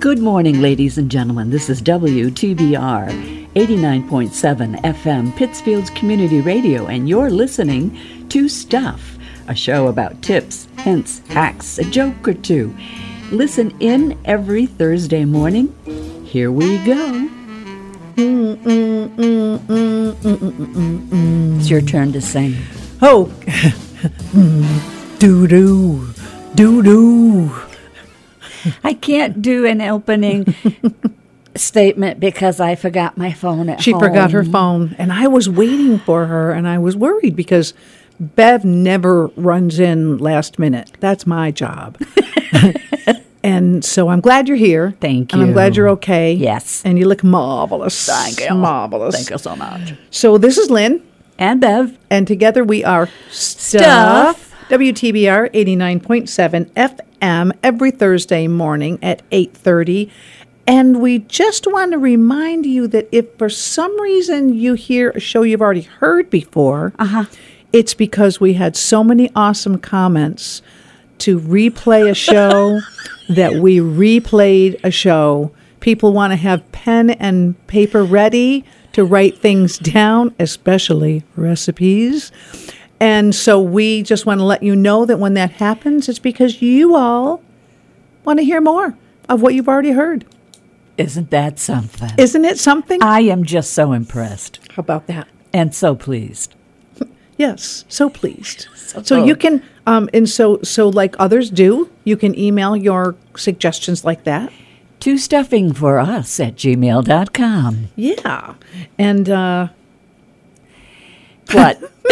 Good morning, ladies and gentlemen. This is WTBR 89.7 FM, Pittsfield's Community Radio, and you're listening to Stuff, a show about tips, hints, hacks, a joke or two. Listen in every Thursday morning. Here we go. It's your turn to sing. Oh, doo doo, doo doo. I can't do an opening statement because I forgot my phone at She home. forgot her phone, and I was waiting for her, and I was worried because Bev never runs in last minute. That's my job. and so I'm glad you're here. Thank And I'm you. glad you're okay. Yes. And you look marvelous. Thank you. Marvelous. Thank you so much. So this is Lynn. And Bev, and together we are Stuff, WTBR 89.7 FM every Thursday morning at 8:30. And we just want to remind you that if for some reason you hear a show you've already heard before, uh-huh. it's because we had so many awesome comments to replay a show that we replayed a show. People want to have pen and paper ready to write things down, especially recipes. And so we just want to let you know that when that happens, it's because you all want to hear more of what you've already heard. Isn't that something? Isn't it something? I am just so impressed How about that? and so pleased. Yes, so pleased. so good. you can, um, and so so like others do, you can email your suggestions like that. To stuffing for us at gmail.com. Yeah, and uh, What?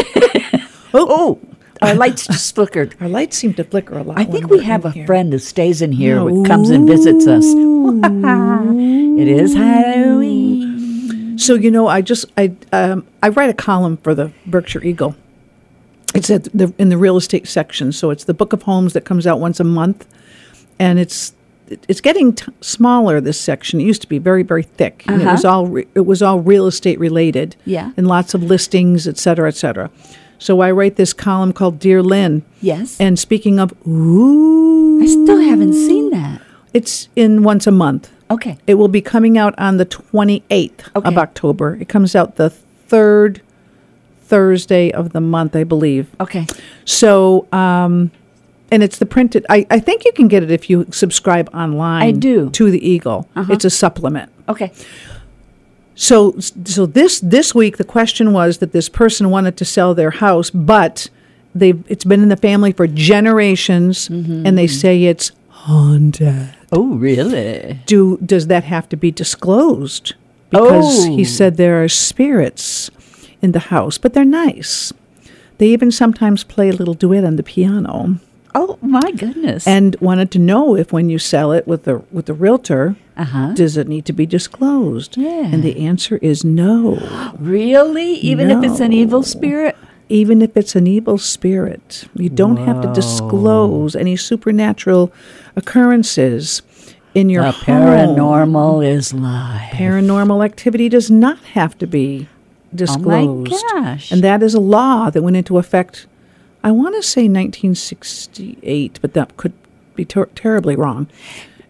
oh, oh, Our lights just flickered. our lights seem to flicker a lot. I when think Oh, we're we have in a here. friend who stays in here, who comes and visits us. it is Halloween. So you know, I just I um, I write a column for the Berkshire Eagle. It's at the in the real estate section, so it's the book of homes that comes out once a month, and it's it's getting t- smaller. This section it used to be very very thick. And Uh-huh. it was all re- it was all real estate related. Yeah. and lots of listings, et cetera, et cetera. So I write this column called "Dear Lynn." Yes. And speaking of, ooh, I still haven't seen that. it's in once a month. Okay. It will be coming out on the 28th of Okay. October. It comes out the third Thursday of the month, I believe. Okay. So, um, and it's the printed, I, I think you can get it if you subscribe online. I do. Uh-huh. To the Eagle. It's a supplement. Okay. So, so this this week the question was that this person wanted to sell their house, but they it's been in the family for generations, Mm-hmm. and they say it's haunted. Oh, really? do does that have to be disclosed because Oh. he said there are spirits in the house but they're nice they even sometimes play a little duet on the piano Oh, my goodness. and wanted to know if when you sell it with the with the realtor Uh-huh. does it need to be disclosed Yeah. and the answer is no really? Even if it's an evil spirit? even if it's an evil spirit you don't have to disclose any supernatural occurrences in your The home. paranormal is live. paranormal activity does not have to be disclosed. Oh gosh. And that is a law that went into effect, I want to say 1968, but that could be ter- terribly wrong.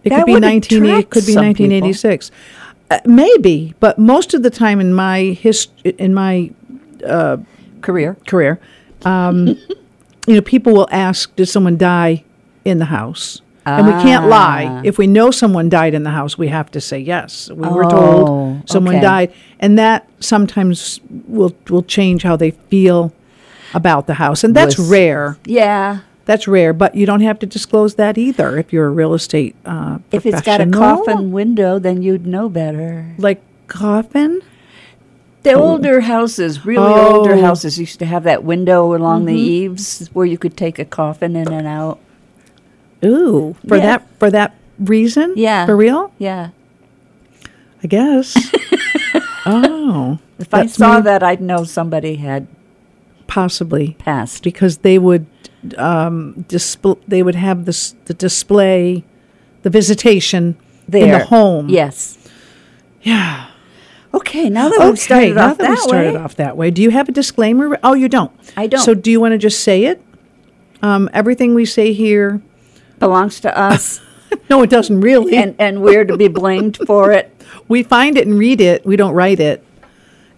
It That could be would 19 it attract could be some 1986. Uh, maybe, but most of the time in my hist- in my Career. career, um, you know, people will ask, "Did someone die in the house?" And we can't Ah. lie. If we know someone died in the house, we have to say yes. We were Oh, told someone okay. died, and that sometimes will will change how they feel about the house, and that's Was- rare. Yeah. That's rare, but you don't have to disclose that either if you're a real estate uh, If it's got a professional. coffin window, then you'd know better. like coffin. The older houses, really older Oh. Mm-hmm. houses, used to have that window along the eaves where you could take a coffin in and out. Ooh, for Yeah. that for that reason? Yeah. For real? Yeah. I guess. oh. If I saw that, I'd know somebody had Possibly. passed. Because they would um, display, they would have this, the display, the visitation there. in the home. Yes. Yeah. Okay, now that Okay, we've started now off that, that, we started way, off that way, do you have a disclaimer? Oh, you don't. I don't. So, do you want to just say it? Um, everything we say here, belongs to us, no, it doesn't really. and, and we're to be blamed for it. we find it and read it. We don't write it,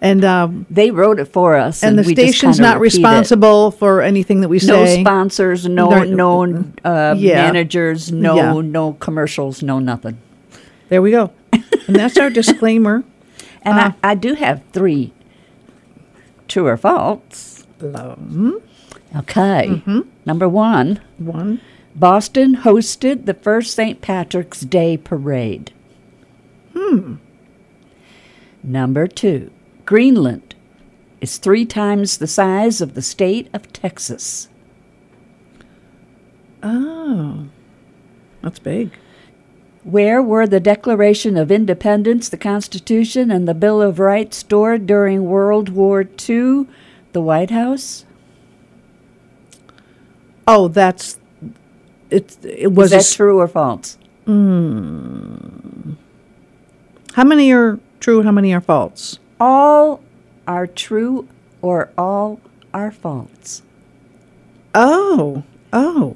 and um, They wrote it for us, and, and, the we just station's kinda not repeat it. responsible for anything that we No say. sponsors, no They're- known uh, Yeah. managers, no Yeah. no commercials, no nothing. there we go, and that's our disclaimer. And Uh, I, I do have three true or false. Um, Okay. Mm-hmm. Number one, One. Boston hosted the first St. Patrick's Day parade. Hmm. Number two, Greenland is three times the size of the state of Texas. Oh, that's big. Where were the Declaration of Independence, the Constitution, and the Bill of Rights stored during World War II? The White House? Oh, that's it. It was. is that a s- true or false? how many are true? How many are false? All are true or all are false. Oh, oh,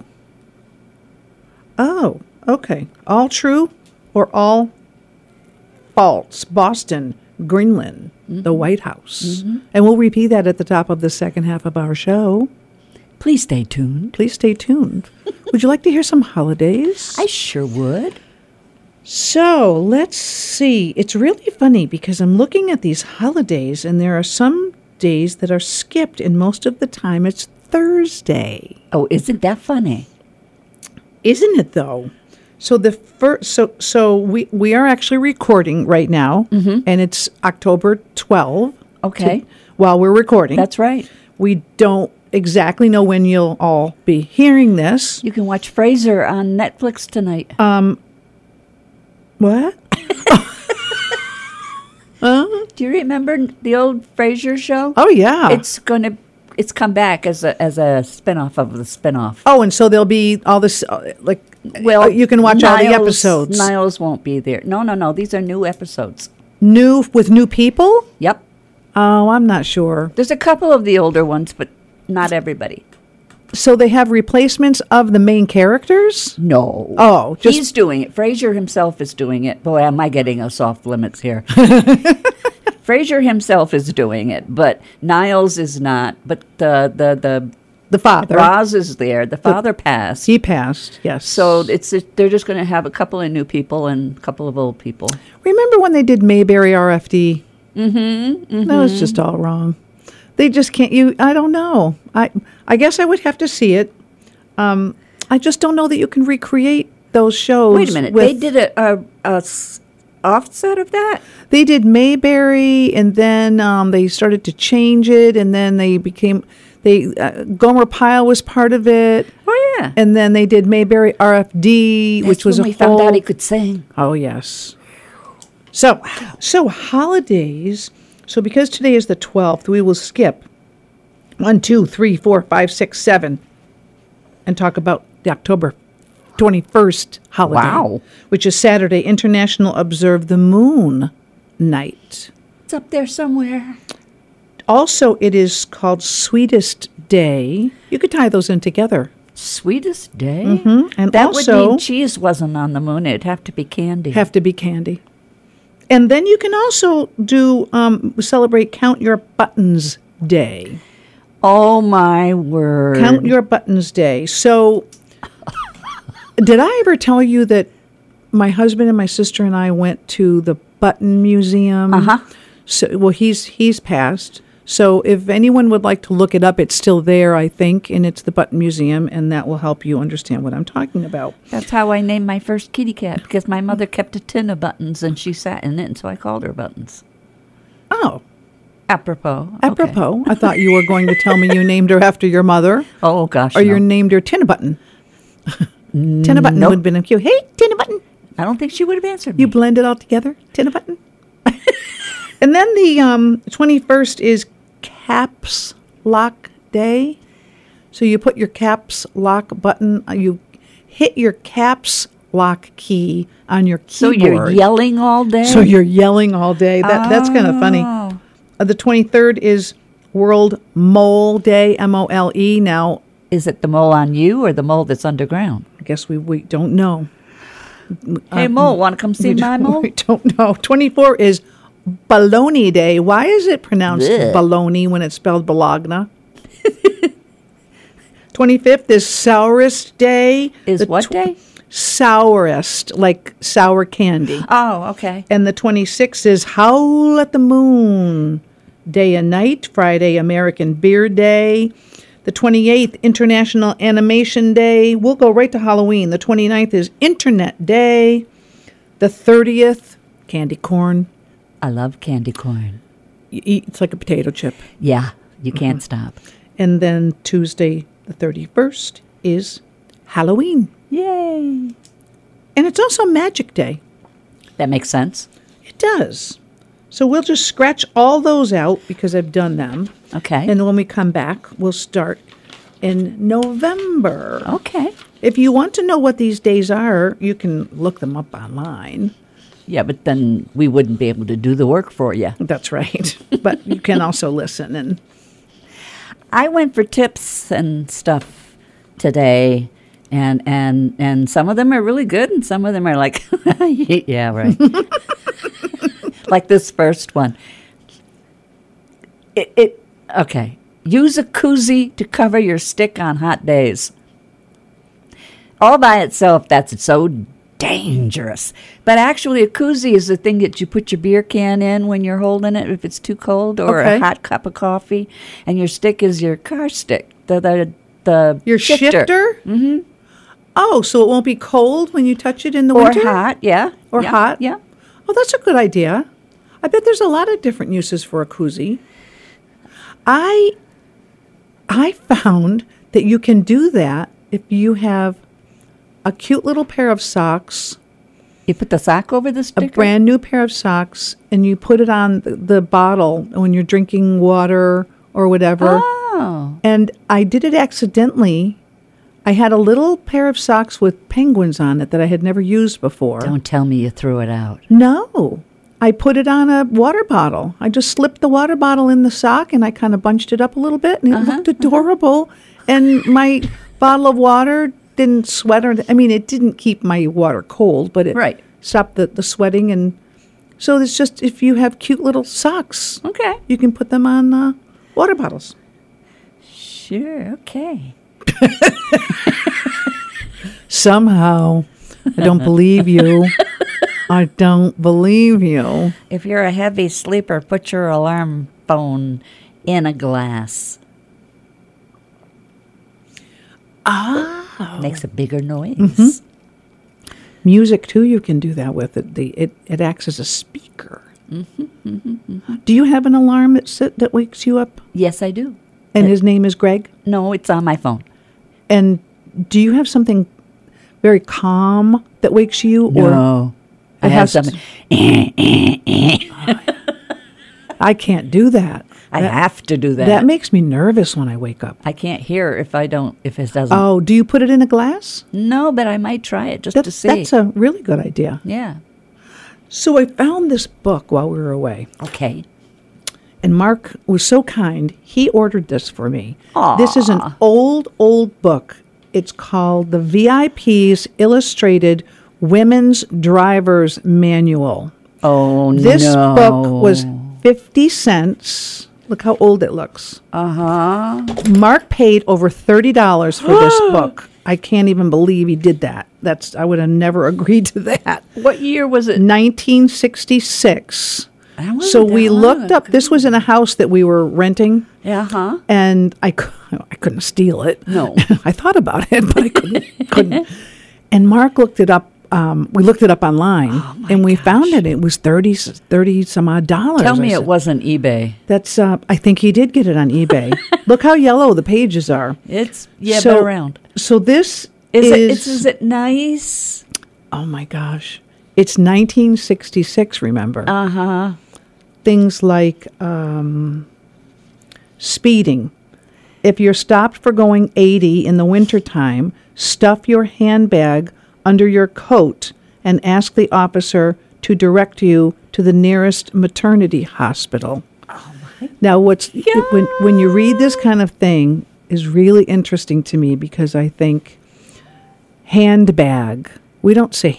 oh. Okay, all true or all false? Boston, Greenland, the Mm-hmm. White House, and we'll repeat that at the top of the second half of our show. Please stay tuned. Please stay tuned. Would you like to hear some holidays? I sure would. So let's see. It's really funny because I'm looking at these holidays, and there are some days that are skipped, and most of the time it's Thursday. Oh, isn't that funny? Isn't it though? So the first, so so we we are actually recording right now, and it's October twelve. Mm-hmm. Okay. to- while we're recording, That's right. we don't exactly know when you'll all be hearing this. You can watch Fraser on Netflix tonight. What? Do you remember the old Fraser show? Oh yeah. It's going to it's come back as a as a spin-off of the spin-off. oh, and so there'll be all this uh, like. Well, Well, you can watch all the Niles- episodes. Niles won't be there. No, no, no. These are new episodes. New with new people? Yep. Oh, I'm not sure. There's a couple of the older ones, but not everybody. So they have replacements of the main characters. No. Oh, just- he's doing it. Fraser himself is doing it. Boy, am I getting us off limits here. Fraser himself is doing it, but Niles is not. But the the The the father. Roz is there. The father passed. He passed. Yes. so it's they're just going to have a couple of new people and a couple of old people. Remember when they did Mayberry RFD? Mm-hmm. That was just all wrong. They just can't. You, I don't know. I, I guess I would have to see it. Um, I just don't know that you can recreate those shows. Wait a minute. with- they did a, a, a s- offset of that? They did Mayberry, and then um, they started to change it, and then they became. They uh, Gomer Pyle was part of it, Oh, yeah. and then they did Mayberry RFD, That's which was when a we found whole- out he could sing. Oh yes. So so holidays. So because today is the twelfth, we will skip one, two, three, four, five, six, seven, and talk about the October twenty first holiday. Wow. Which is Saturday, International Observe the Moon Night. It's up there somewhere. Also it is called Sweetest Day. You could tie those in together. Sweetest day? And That would Mm-hmm. also mean cheese wasn't on the moon. It'd have to be candy. have to be candy. And then you can also do um, celebrate Count Your Buttons Day. oh, my word. Count Your Buttons Day. So, did I ever tell you that my husband and my sister and I went to the Button Museum? Uh huh. So, well, he's he's passed. So, if anyone would like to look it up, it's still there, I think, and it's the Button Museum, and that will help you understand what I'm talking about. That's how I named my first kitty cat because my mother kept a tin of buttons and she sat in it, and so I called her buttons. Oh, Apropos. okay. apropos, I thought you were going to tell me you named her after your mother. Oh, gosh. or no. Mm, you named her Tinabutton. Tinabutton Nope. would have been a cute. Hey, Tinabutton. I don't think she would have answered me. You blend it all together, tin a button. and then the um, 21st is caps lock day. So you put your caps lock button, uh, you hit your caps lock key on your keyboard. so you're yelling all day. So you're yelling all day. That, That's kind of funny. Oh. Uh, the 23rd is World Mole Day, M O L E. Now, Is it the mole on you or the mole that's underground? I guess we, we don't know. Uh, hey, mole, want to come see We my don't- mole? We don't know. 24 is Bologna Day. Why is it pronounced Blech. Bologna when it's spelled Bologna? 25th is Sourest Day. Is The what tw- day? Sourest, like sour candy. Oh, okay. And the 26th is Howl at the Moon Day and Night, Friday, American Beer Day. The 28th, International Animation Day. We'll go right to Halloween. The 29th is Internet Day. The 30th, candy corn. I love candy corn. You eat, it's like a potato chip. Yeah, you can't stop. And then Tuesday, the 31st, is Halloween. Yay. And it's also Magic Day. That makes sense. It does. So we'll just scratch all those out because I've done them. Okay. And when we come back, we'll start in November. okay. If you want to know what these days are, you can look them up online. Yeah, but then we wouldn't be able to do the work for you. That's right. but you can also listen and I went for tips and stuff today, and and and some of them are really good, and some of them are like, yeah, right. like this first one. It, it okay. Use a koozie to cover your stick on hot days. All by itself, that's so dangerous. But actually, a koozie is the thing that you put your beer can in when you're holding it if it's too cold, or Okay. a hot cup of coffee, and your stick is your car stick, the the, the your shifter. Mm-hmm. Oh, so it won't be cold when you touch it in the or winter? hot, yeah, Or yeah, hot? yeah. Oh, that's a good idea. I bet there's a lot of different uses for a koozie. I I found that you can do that if you have a cute little pair of socks, You put the sock over the a sticker. brand new pair of socks, and you put it on the, the bottle when you're drinking water or whatever. Oh, And I did it accidentally. I had a little pair of socks with penguins on it that I had never used before. don't tell me you threw it out. No. I put it on a water bottle. I just slipped the water bottle in the sock and I kind of bunched it up a little bit and it Uh-huh, looked adorable. And my bottle of water didn't sweat or I mean it didn't keep my water cold, but it Right. stopped the, the sweating and so it's just if you have cute little socks, Okay. you can put them on uh, water bottles. Sure. Okay. Somehow, I don't believe you. I don't believe you. If you're a heavy sleeper, put your alarm phone in a glass. Oh. Ah. Makes a bigger noise. Mm-hmm. music too you can do that with it the it, it acts as a speaker Mm-hmm, do you have an alarm that sit, that wakes you up Yes, I do. and his name is greg No, it's on my phone. and do you have something very calm that wakes you I It have has to- something. or i can't do that I have to do that. that makes me nervous when i wake up I can't hear if I don't. If it doesn't. oh do you put it in a glass no, but I might try it just That- to see. that's a really good idea yeah. so i found this book while we were away Okay. And Mark was so kind, he ordered this for me. This is an old, old book. It's called The VIP's Illustrated Women's Driver's Manual. Oh This no. book was 50 cents. Look how old it looks. Uh huh. Mark paid over $30 for this book. I can't even believe he did that. That's I would have never agreed to that. What year was it? 1966. That wasn't So we that long looked up. This was in a house that we were renting, Yeah. Huh. and I, cou- I couldn't steal it. No. I thought about it, but I couldn't. couldn't. And Mark looked it up. Um, we looked it up online, Oh and we found it. It was 30, s- 30 some odd dollars. Tell I me it said, wasn't eBay. That's. Uh, I think he did get it on eBay. Look how yellow the pages are. It's yeah, so, but around. So this Is, is. it, it's, is it nice? oh my gosh! It's 1966, remember? Uh huh. Things like um, speeding. If you're stopped for going 80 in the wintertime, stuff your handbag under your coat and ask the officer to direct you to the nearest maternity hospital. Now, what's when when you read this kind of thing is really interesting to me because I think handbag. We don't say No,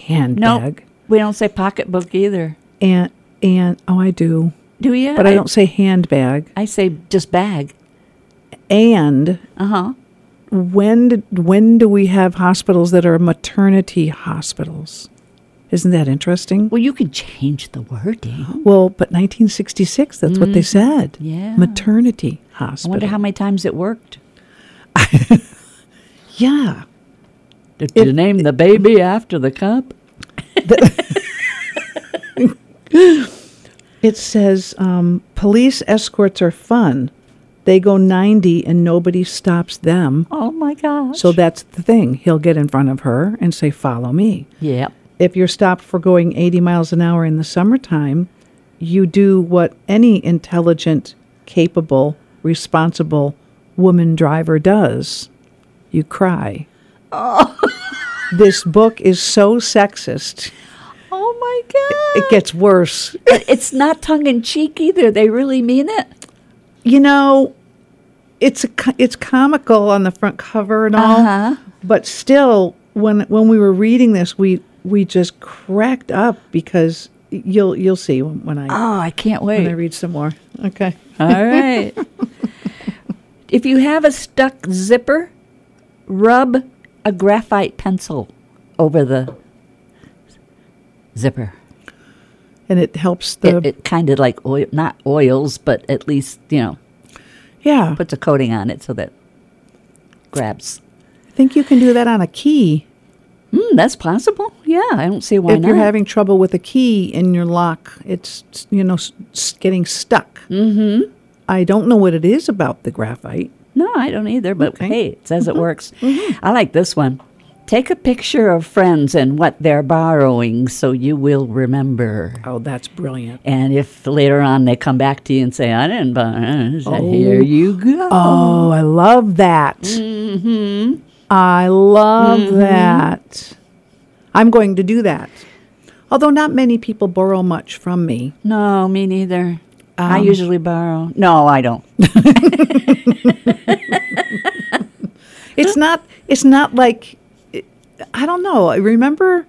handbag, we don't say pocketbook either. and and oh, I do, Do you? but I, don't say handbag. I say just bag. And Uh huh. when did, when do we have hospitals that are maternity hospitals? Isn't that interesting? Well, you could change the wording. Well, but 1966, that's what they said. Mm. Yeah. Maternity I hospital. wonder how many times it worked. Yeah. Did you name the baby after the cup? It says um, police escorts are fun. They go 90 and nobody stops them. Oh my gosh. So that's the thing. He'll get in front of her and say, Follow me. yeah. If you're stopped for going 80 miles an hour in the summertime, you do what any intelligent, capable, responsible woman driver does you cry. Oh. this book is so sexist. Oh my It gets worse. god. it's not tongue in cheek either. They really mean it. you know, it's a co- it's comical on the front cover and all, Uh-huh. but still, when when we were reading this, we we just cracked up because you'll you'll see when, when I Oh, I can't wait. when I read some more. Okay, All right. if you have a stuck zipper, rub a graphite pencil over the zipper. and it helps the It, it kind of like oil, not oils, but at least you know yeah. puts a coating on it so that grabs. I think you can do that on a key Mm, that's possible. Yeah, I don't see why if not. you're having trouble with a key in your lock. It's s- you know s- s- getting stuck. Mm-hmm. I don't know what it is about the graphite. No, I don't either, but Okay. Mm-hmm. hey, it says it works. I like this one. Take a picture of friends and what they're borrowing so you will remember. Oh, that's brilliant. And if later on they come back to you and say, I didn't borrow, oh. here you go. Oh, I love that. Mm-hmm. I love Mm-hmm. that. I'm going to do that. Although not many people borrow much from me. No, me neither. um, I usually borrow. No, I don't. It's not. It's not like. It, I don't know. I remember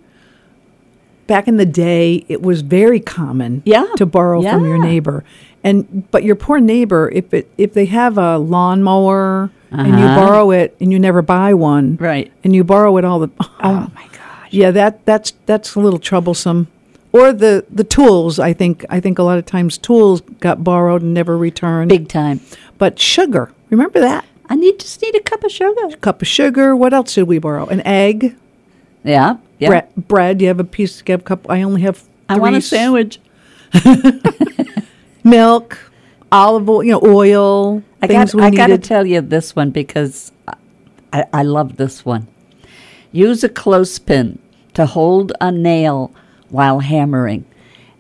back in the day, it was very common. Yeah. To borrow from your Yeah. neighbor, and but your poor neighbor, if it if they have a lawnmower and you Uh-huh. borrow it and you never buy one, Right. And you borrow it all the. Oh my gosh. Yeah, that that's that's a little troublesome. Or the the tools, I think I think a lot of times tools got borrowed and never returned. Big time. But sugar, remember that? I need just need a cup of sugar. Cup of sugar, what else did we borrow? An egg, Yeah. yeah. bread, bread, you have a piece, you have a cup. I only have I want a three s- sandwich. Milk, olive oil, you know, oil, I things got. we I got to needed. tell you this one because I, I, I love this one. Use a clothespin to hold a nail while hammering,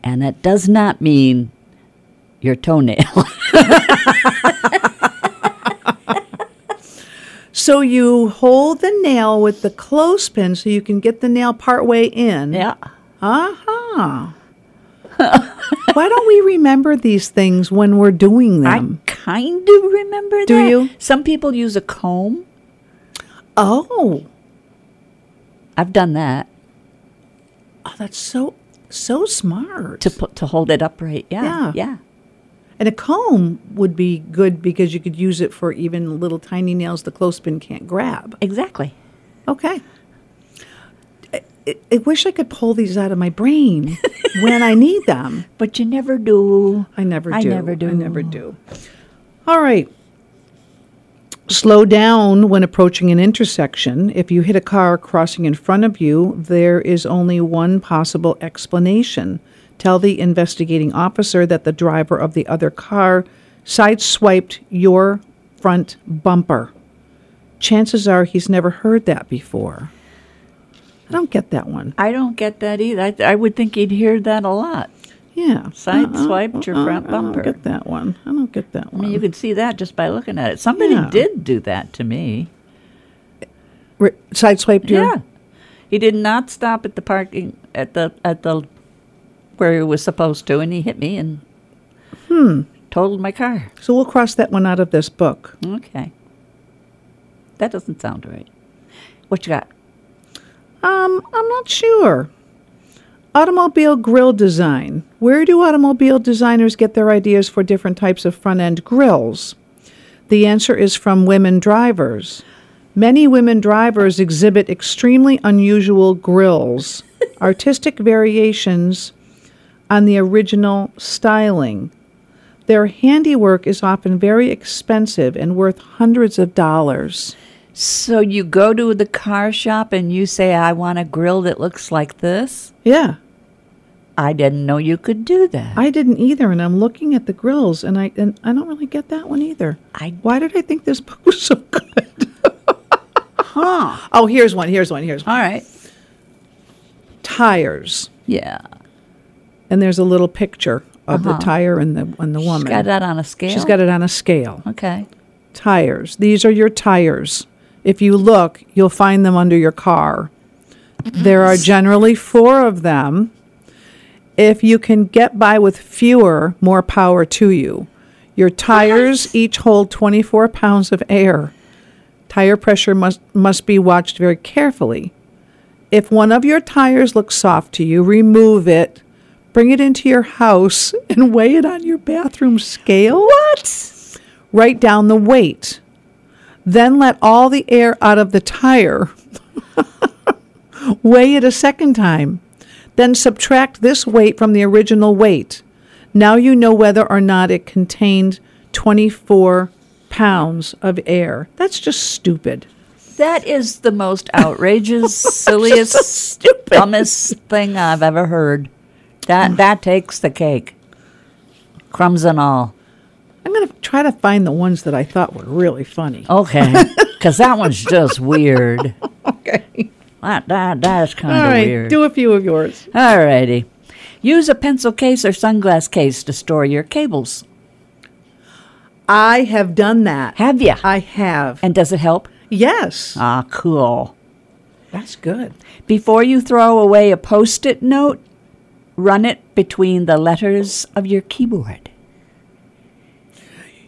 and that does not mean your toenail. so you hold the nail with the clothespin so you can get the nail partway in. Uh-huh. Why don't we remember these things when we're doing I them? kind of remember Do that. you? Some people use a comb. oh. I've done that Oh, that's so so smart. to put, to hold it upright. Yeah. Yeah, and a comb would be good because you could use it for even little tiny nails the clothespin can't grab. exactly. Okay. I- I, I wish I could pull these out of my brain when I need them. But you never do. I never do. I never do. I never do. All right. Slow down when approaching an intersection. If you hit a car crossing in front of you, there is only one possible explanation. Tell the investigating officer that the driver of the other car sideswiped your front bumper. Chances are he's never heard that before. I don't get that one. I don't get that either. I, I would think you'd hear that a lot. Yeah. Side Uh-uh, swiped your uh-uh, front bumper. I don't get that one. I don't get that I one. mean, you could see that just by looking at it. Somebody Yeah. did do that to me. Re- sideswiped your. Yeah. He did not stop at the parking at the at the where he was supposed to and he hit me and totaled my car. So we'll cross that one out of this book. Okay. That doesn't sound right. What you got? Um, I'm not sure. Automobile grill design. Where do automobile designers get their ideas for different types of front end grills? The answer is from women drivers. Many women drivers exhibit extremely unusual grills, artistic variations on the original styling. Their handiwork is often very expensive and worth hundreds of dollars. So you go to the car shop and you say I want a grill that looks like this? Yeah, I didn't know you could do that. I didn't either, and I'm looking at the grills, and I and I don't really get that one either. I- why did I think this book was so good? huh? Oh, here's one. Here's one. Here's one. All right. Tires, Yeah. and there's a little picture of the tire and the and the woman. Uh-huh. She's got that on a scale. She's got it on a scale. Okay. Tires. These are your tires. If you look, you'll find them under your car. There are generally four of them. If you can get by with fewer, more power to you. Your tires each hold 24 pounds of air. Tire pressure must, must be watched very carefully. If one of your tires looks soft to you, remove it, bring it into your house, and weigh it on your bathroom scale. What? Write down the weight. Then let all the air out of the tire. weigh it a second time. Then subtract this weight from the original weight. Now you know whether or not it contained 24 pounds of air. That's just stupid. That is the most outrageous, silliest, dumbest thing I've ever heard. That Mm. that takes the cake, crumbs and all. I'm going to try to find the ones that I thought were really funny. Okay, because that one's just weird. Okay. That, that that's kind All of right. weird. Do a few of yours. All righty. Use a pencil case or sunglass case to store your cables. I have done that. Have ya? I have. And does it help? yes. Ah, cool. That's good. Before you throw away a post it note, run it between the letters of your keyboard.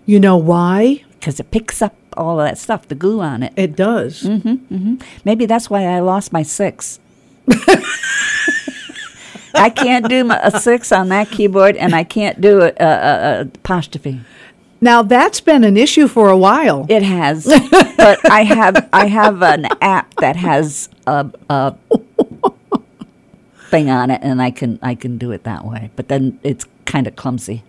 You know why? because it picks up all of that stuff, the glue on it. It does. Mm-hmm. Maybe that's why I lost my six. I can't do my, a six on that keyboard, and I can't do a, a, a, a apostrophe. Now that's been an issue for a while. It has, but I have I have an app that has a, a thing on it, and I can I can do it that way. But then it's kind of clumsy.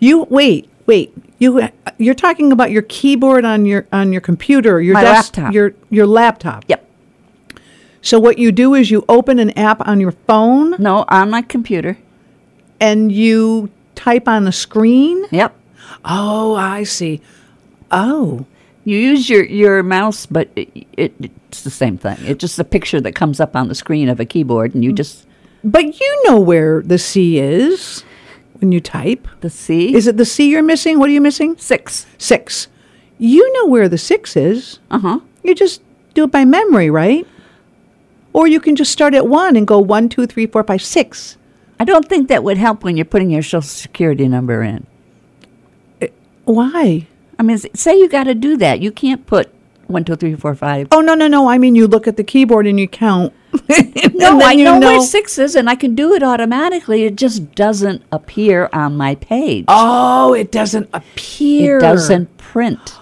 you wait, wait. You uh, you're talking about your keyboard on your on your computer, your My desk- laptop. your your laptop. Yep. So what you do is you open an app on your phone No, on my computer. and you type on the screen. Yep. Oh, I see. Oh, You use your, your mouse, but it, it, it's the same thing. It's just a picture that comes up on the screen of a keyboard, and you just but you know where the C is when you type. the C Is it the C you're missing? What are you missing? six. Six. You know where the six is. Uh huh. You just do it by memory, right? Or you can just start at one and go one, two, three, four, five, six. I don't think that would help when you're putting your social security number in. Why? I mean, s- say you got to do that, you can't put one, two, three, four, five. Oh no, no, no! I mean, you look at the keyboard and you count. no, I know, where six is, and I can do it automatically. It just doesn't appear on my page. Oh, it doesn't appear. it doesn't print.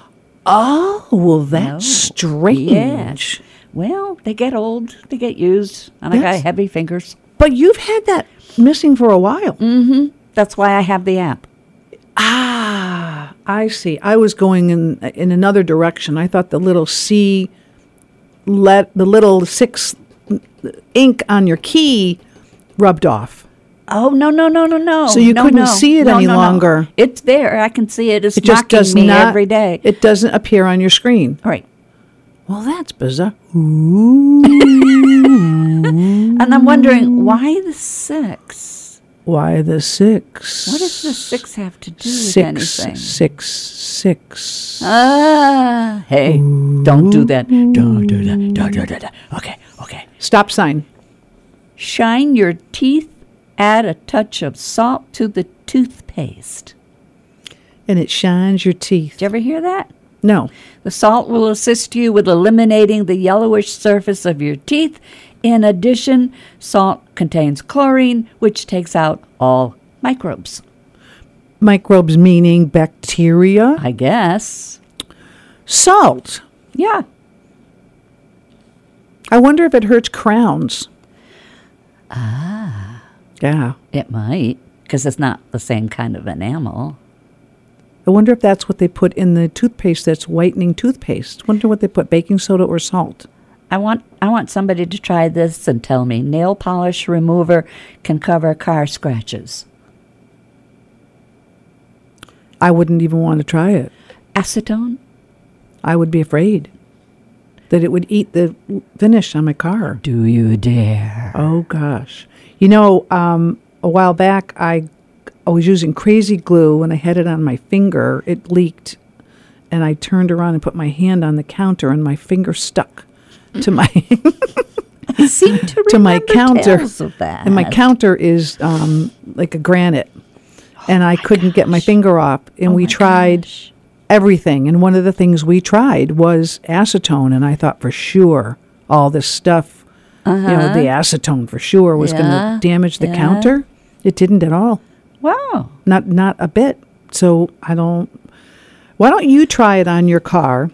Oh, well, that's No. strange. Yes. Well, they get old, they get used, and I got Yes. heavy fingers. But you've had that missing for a while. That's why I have the app. Ah, I see. I was going in in another direction. I thought the little C, let the little six ink on your key rubbed off. Oh no no no no no! So you No, couldn't no. see it No, any no, no. longer. It's there. I can see it. It's It just knocking does me not every day. It doesn't appear on your screen. All right. Well, that's bizarre. And I'm Mm. wondering why the six? Why the six? What does the six have to do with Six, anything? Uh. six, six. Ah, hey, don't do that. Don't do that. Don't do that. Okay, okay. Stop sign. Shine your teeth, add a touch of salt to the toothpaste. And it shines your teeth. Did you ever hear that? No. The salt will assist you with eliminating the yellowish surface of your teeth. In addition, salt contains chlorine, which takes out all microbes. Microbes meaning bacteria. I guess. Salt. Yeah. I wonder if it hurts crowns. Ah. Yeah. It might, because it's not the same kind of enamel. I wonder if that's what they put in the toothpaste that's whitening toothpaste. Wonder what they put baking soda or salt. I want I want somebody to try this and tell me nail polish remover can cover car scratches. I wouldn't even want to try it. Acetone? I would be afraid that it would eat the finish on my car. Do you dare? Oh gosh. You know, um, a while back I I was using crazy glue and I had it on my finger. It leaked and I turned around and put my hand on the counter and my finger stuck to my I seem to to my remember counter. tales of that. And my counter is um, like a granite. And Oh I couldn't get my finger off. And we my tried gosh. everything. And one of the things we tried was acetone. And I thought for sure all this stuff, you know, the acetone for sure was Uh-huh. Yeah, going to damage the yeah. counter. It didn't at all. Wow. Not not a bit. So I don't. Why don't you try it on your car?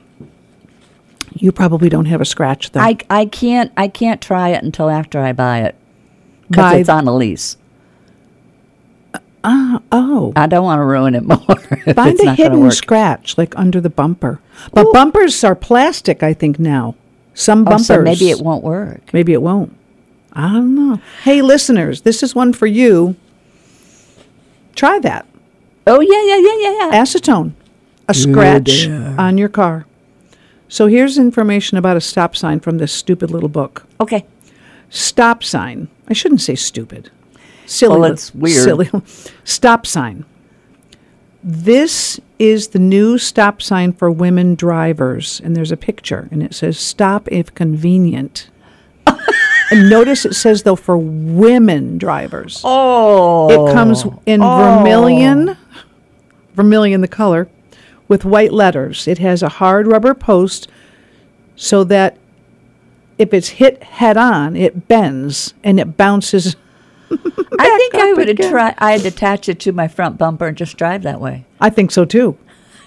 You probably don't have a scratch though. I, I can't I can't try it until after I buy it. Buy- Because it's on a lease. oh, I don't want to ruin it more. if Find it's a not gonna hidden work. scratch, like under the bumper. But bumpers are plastic, I think now. Some Oh, bumpers. so maybe it won't work. Maybe it won't. I don't know. Hey, listeners, this is one for you. Try that Oh yeah, yeah, yeah, yeah, yeah. acetone, a scratch on your car. So here's information about a stop sign from this stupid little book. Okay. Stop sign. I shouldn't say stupid. Silly. Well, it's weird. Silly. Stop sign. This is the new stop sign for women drivers, and there's a picture, and it says "Stop if convenient." and notice it says though for women drivers. Oh It comes in vermilion, vermilion the color, with white letters. It has a hard rubber post so that if it's hit head on, it bends and it bounces. I think I would try I'd attach it to my front bumper and just drive that way. I think so too.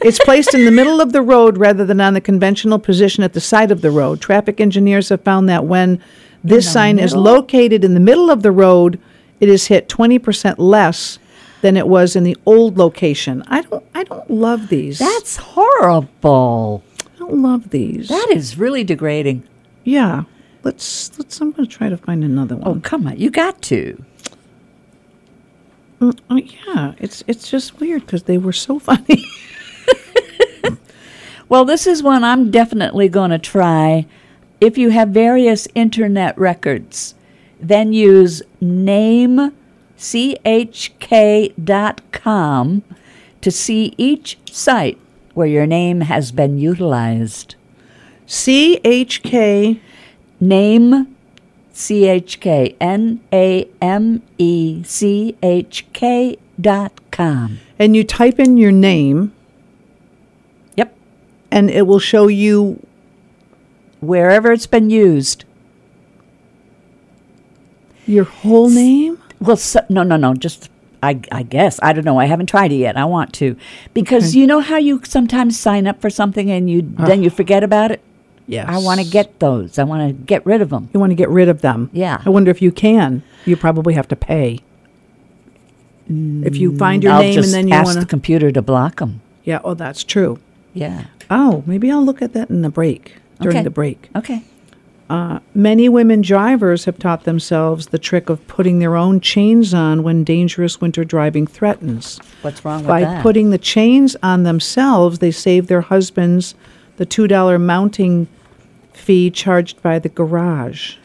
It's placed in the middle of the road rather than on the conventional position at the side of the road. Traffic engineers have found that when this sign is located in the middle of the road, it is hit 20% less than it was in the old location. I don't I don't love these. That's horrible. I don't love these. That is really degrading. yeah. Let's let's I'm going to try to find another Oh, one. come on. You got to. Oh, yeah, it's it's just weird cuz they were so funny. Well, this is one I'm definitely going to try. If you have various internet records, then use namechk.com to see each site where your name has been utilized. CHK Name C H K N A M E C H K dot com. and you type in your name Yep. and it will show you Wherever it's been used. Your whole name? Well, so, no, no, no. Just I, I guess I don't know. I haven't tried it yet. I want to because you know how you sometimes sign up for something and you then you forget about it. Yes. I want to get those. I want to get rid of them. You want to get rid of them. Yeah. I wonder if you can. You probably have to pay. If Mm, you find your I'll name just and then you ask want the to. computer to block them. Yeah, oh, that's true. Yeah. Oh, maybe I'll look at that in the break, during Okay. the break. Okay. Many women drivers have taught themselves the trick of putting their own chains on when dangerous winter driving threatens. What's wrong with By that? putting the chains on themselves, they save their husbands the $2 mounting fee charged by the garage.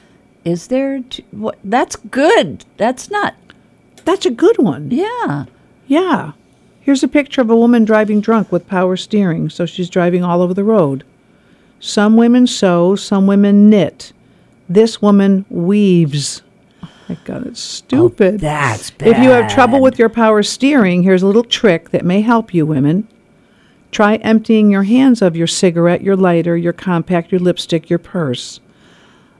Is there? T- what, that's good. That's not. That's a good one. Yeah. Yeah. Here's a picture of a woman driving drunk with power steering, so she's driving all over the road. Some women sew, some women knit. This woman weaves. My God, it's stupid. Oh, that's If you have trouble bad. with your power steering, here's a little trick that may help you, women. Try emptying your hands of your cigarette, your lighter, your compact, your lipstick, your purse.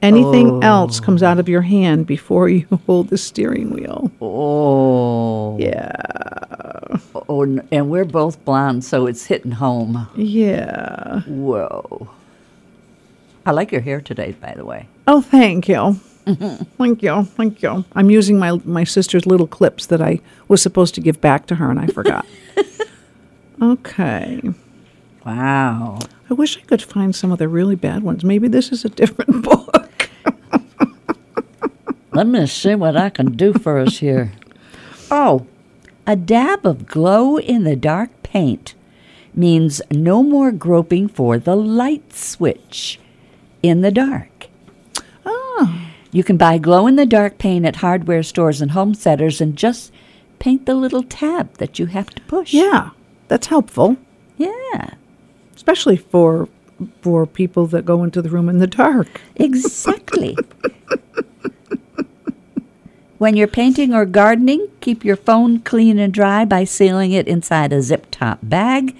Anything Oh. else comes out of your hand before you hold the steering wheel. Oh. Yeah. Oh, n- and we're both blonde, so it's hitting home. Yeah. Whoa. I like your hair today, by the way. Oh, thank you. thank you. Thank you. I'm using my my sister's little clips that I was supposed to give back to her and I forgot. okay. Wow. I wish I could find some of the really bad ones. Maybe this is a different book. Let me see what I can do for us here. Oh, a dab of glow in the dark paint means no more groping for the light switch in the dark. Oh, You can buy glow in the dark paint at hardware stores and home centers and just paint the little tab that you have to push. yeah. That's helpful, Yeah. especially for for people that go into the room in the dark. Exactly. when you're painting or gardening, keep your phone clean and dry by sealing it inside a zip top bag,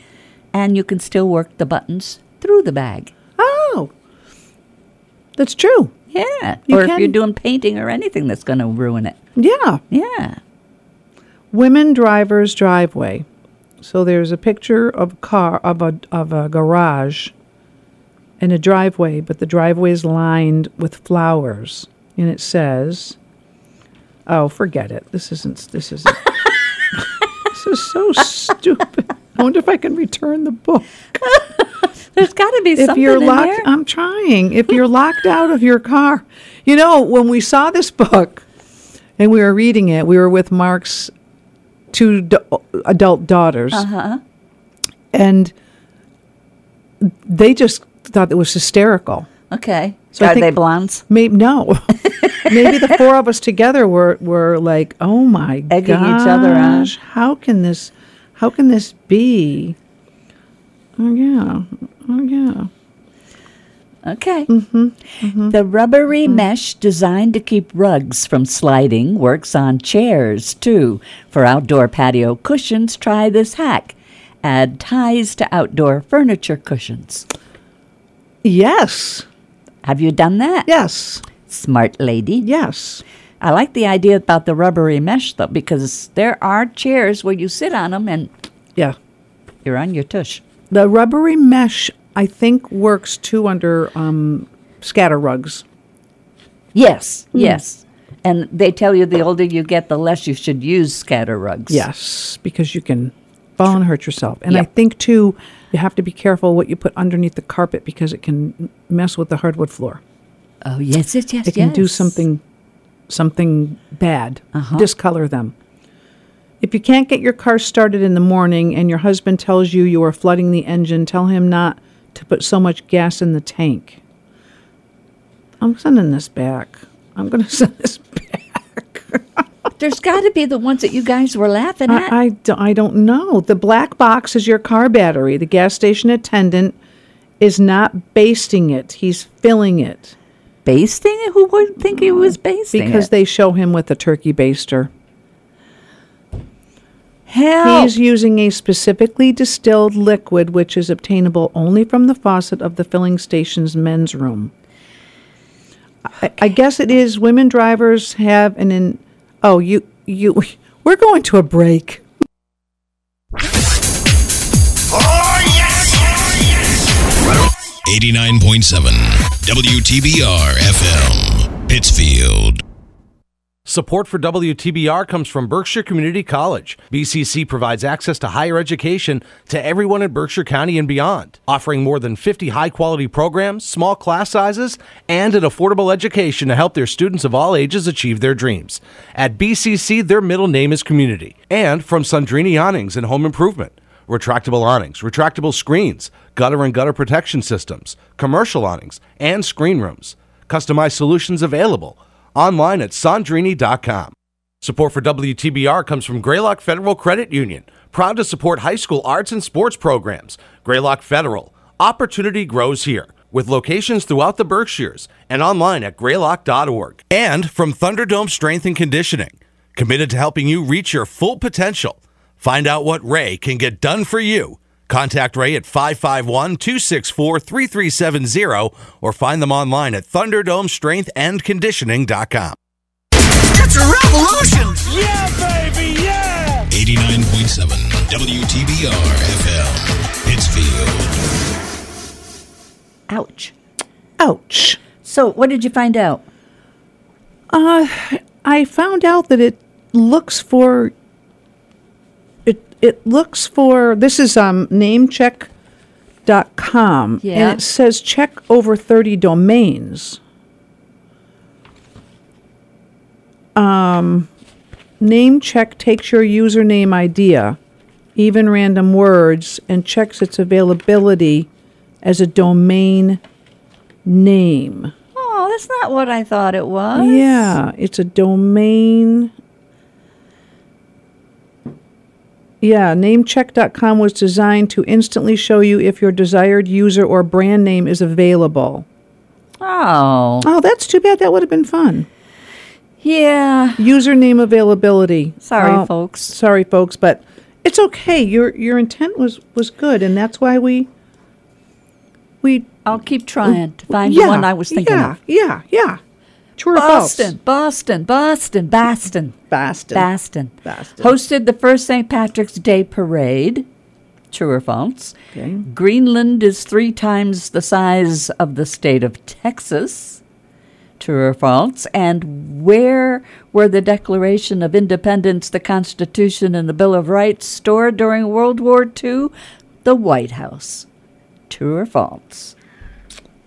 and you can still work the buttons through the bag. Oh. That's true. Yeah. You or if can- you're doing painting or anything that's going to ruin it. Yeah. Yeah. women drivers driveway so there's a picture of a car of a of a garage and a driveway but the driveway is lined with flowers and it says oh forget it this isn't this isn't this is so stupid i wonder if i can return the book There's got to be if something you're in locked there. i'm trying if you're locked out of your car you know when we saw this book and we were reading it we were with mark's two d- adult daughters Uh-huh. and they just thought it was hysterical Okay. So So I Are think- they blondes? maybe no maybe the four of us together were, were like oh my god Egging each other on. how can this how can this be oh yeah oh yeah Okay. Mm-hmm. The rubbery mesh designed to keep rugs from sliding works on chairs too. For outdoor patio cushions, try this hack. Add ties to outdoor furniture cushions. yes Have you done that? yes Smart lady. Yes. I like the idea about the rubbery mesh though, because there are chairs where you sit on them and Yeah. you're on your tush. The rubbery mesh, I think, works too under um, scatter rugs. Yes, Mm. yes. And they tell you the older you get, the less you should use scatter rugs. Yes, because you can fall and hurt yourself. And I Yep. think, too, you have to be careful what you put underneath the carpet because it can m- mess with the hardwood floor. Oh yes, yes, yes. It can do yes. Uh-huh. something something bad, discolor them. If you can't get your car started in the morning and your husband tells you you are flooding the engine, tell him not to put so much gas in the tank. I'm sending this back. I'm going to send this back. There's got to be the ones that you guys were laughing at. I, I, do- I don't know. The black box is your car battery. The gas station attendant is not basting it, he's filling it basting it? Who would think it was basting because it? they show him with a turkey baster. Hell, He's using a specifically distilled liquid which is obtainable only from the faucet of the filling station's men's room. I, I guess it is women drivers have an in, oh you you we're going to a break. Oh, yes! 89.7 WTBR FM, Pittsfield. Support for WTBR comes from Berkshire Community College. BCC provides access to higher education to everyone in Berkshire County and beyond, offering more than 50 high quality programs, small class sizes, and an affordable education to help their students of all ages achieve their dreams. At BCC, their middle name is Community, and from Sundrini Awnings and Home Improvement. retractable awnings, retractable screens, gutter and gutter protection systems, commercial awnings, and screen rooms. Customized solutions available online at Sandrini.com. Support for WTBR comes from Greylock Federal Credit Union, proud to support high school arts and sports programs. Greylock Federal, opportunity grows here, with locations throughout the Berkshires and online at greylock.org. And from Thunderdome Strength and Conditioning, committed to helping you reach your full potential. Find out what Ray can get done for you. Contact Ray at 551 264 3370 or find them online at thunderdomestrengthandconditioning.com. It's a revolution! Yeah, baby, yeah! 89.7 WTBR FM, Pittsfield. Ouch. Ouch. So, what did you find out? Uh, I found out that it looks for it it looks for this is um namecheck.com Yeah. and it says check over 30 domains. Um namecheck takes your username idea, even random words and checks its availability as a domain name. Oh, that's not what I thought it was. Yeah, it's a domain. Yeah, namecheck.com was designed to instantly show you if your desired user or brand name is available. Oh. Oh, that's too bad. That would have been fun. Yeah. Username availability. Sorry, Oh, folks. Sorry, folks, but it's okay. Your your intent was was good, and that's why we we I'll keep trying to find the one I was thinking yeah, of. Yeah, yeah. True or false? Boston, Boston, Boston, Boston, Boston. Boston. Boston. Hosted the first St. Patrick's Day parade. True or false? Okay. Greenland is three times the size of the state of Texas. True or false? And where were the Declaration of Independence, the Constitution, and the Bill of Rights stored during World War II? The White House. True or false?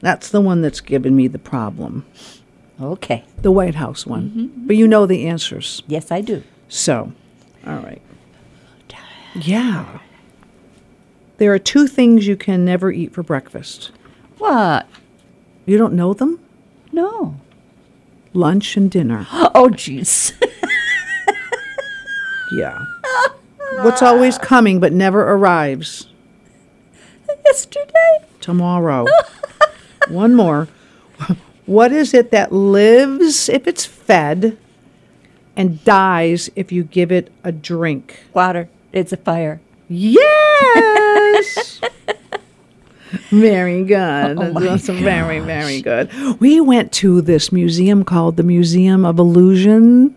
That's the one that's given me the problem. Okay. The White House one. But you know the answers. Yes, I do. So, all right. Yeah. There are two things you can never eat for breakfast. What? You don't know them? No. Lunch and dinner. Oh, jeez. Yeah. What's always coming but never arrives? Yesterday. Tomorrow. one more. What is it that lives if it's fed and dies if you give it a drink? Water. It's a fire. Yes. very good. Oh That's very, very good. We went to this museum called the Museum of Illusion.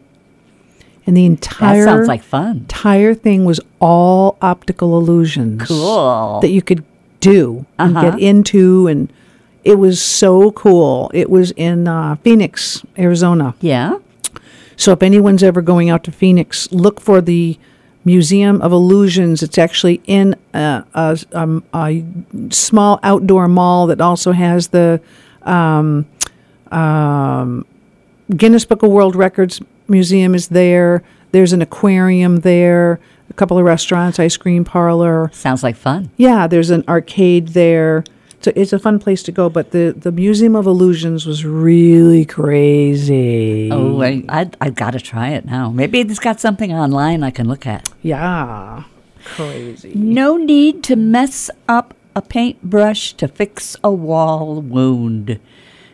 And the entire sounds like fun. Entire thing was all optical illusions. Cool. Uh-huh. That you could do and get into and it was so cool. It was in uh, Phoenix, Arizona. Yeah. So if anyone's ever going out to Phoenix, look for the Museum of Illusions. It's actually in a, a, um, a small outdoor mall that also has the um, um, Guinness Book of World Records Museum is there. There's an aquarium there, a couple of restaurants, ice cream parlor. Sounds like fun. Yeah, there's an arcade there. So it's a fun place to go, but the, the Museum of Illusions was really crazy. Oh, I, I, I've got to try it now. Maybe it's got something online I can look at. Yeah. Crazy. No need to mess up a paintbrush to fix a wall wound.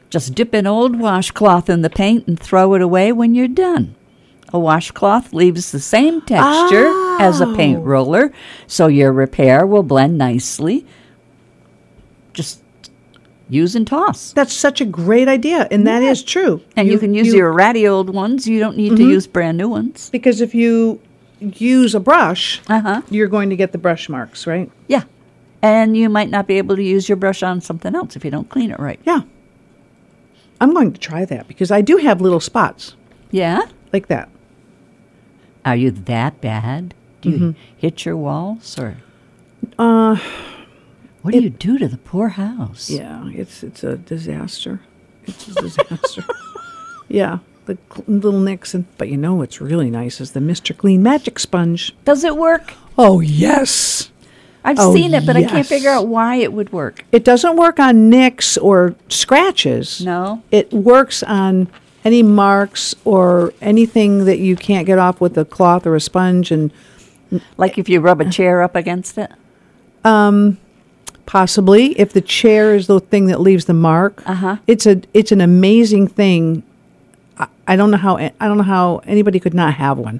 Just dip an old washcloth in the paint and throw it away when you're done. A washcloth leaves the same texture as a paint roller, so your repair will blend nicely. Just use and toss. That's such a great idea, and that is true. And you, can use your ratty old ones. You don't need to Mm-hmm. use brand new ones. because if you use a brush, Uh-huh. you're going to get the brush marks, right? Yeah. And you might not be able to use your brush on something else if you don't clean it right. Yeah. I'm going to try that because I do have little spots Yeah? like that. Are you that bad? Do you hit your walls or? Mm-hmm. Uh, What do you do to the poor house? Yeah, it's it's a disaster. It's a disaster. yeah, the cl- little nicks, and but you know what's really nice is the Mr. Clean Magic Sponge. Does it work? Oh yes, I've Oh, seen it, but I can't yes. figure out why it would work. It doesn't work on nicks or scratches. No? It works on any marks or anything that you can't get off with a cloth or a sponge and Like if you Uh, rub a chair up against it. possibly if the chair is the thing that leaves the mark. Uh-huh. It's a it's an amazing thing. I, I don't know how I don't know how anybody could not have one.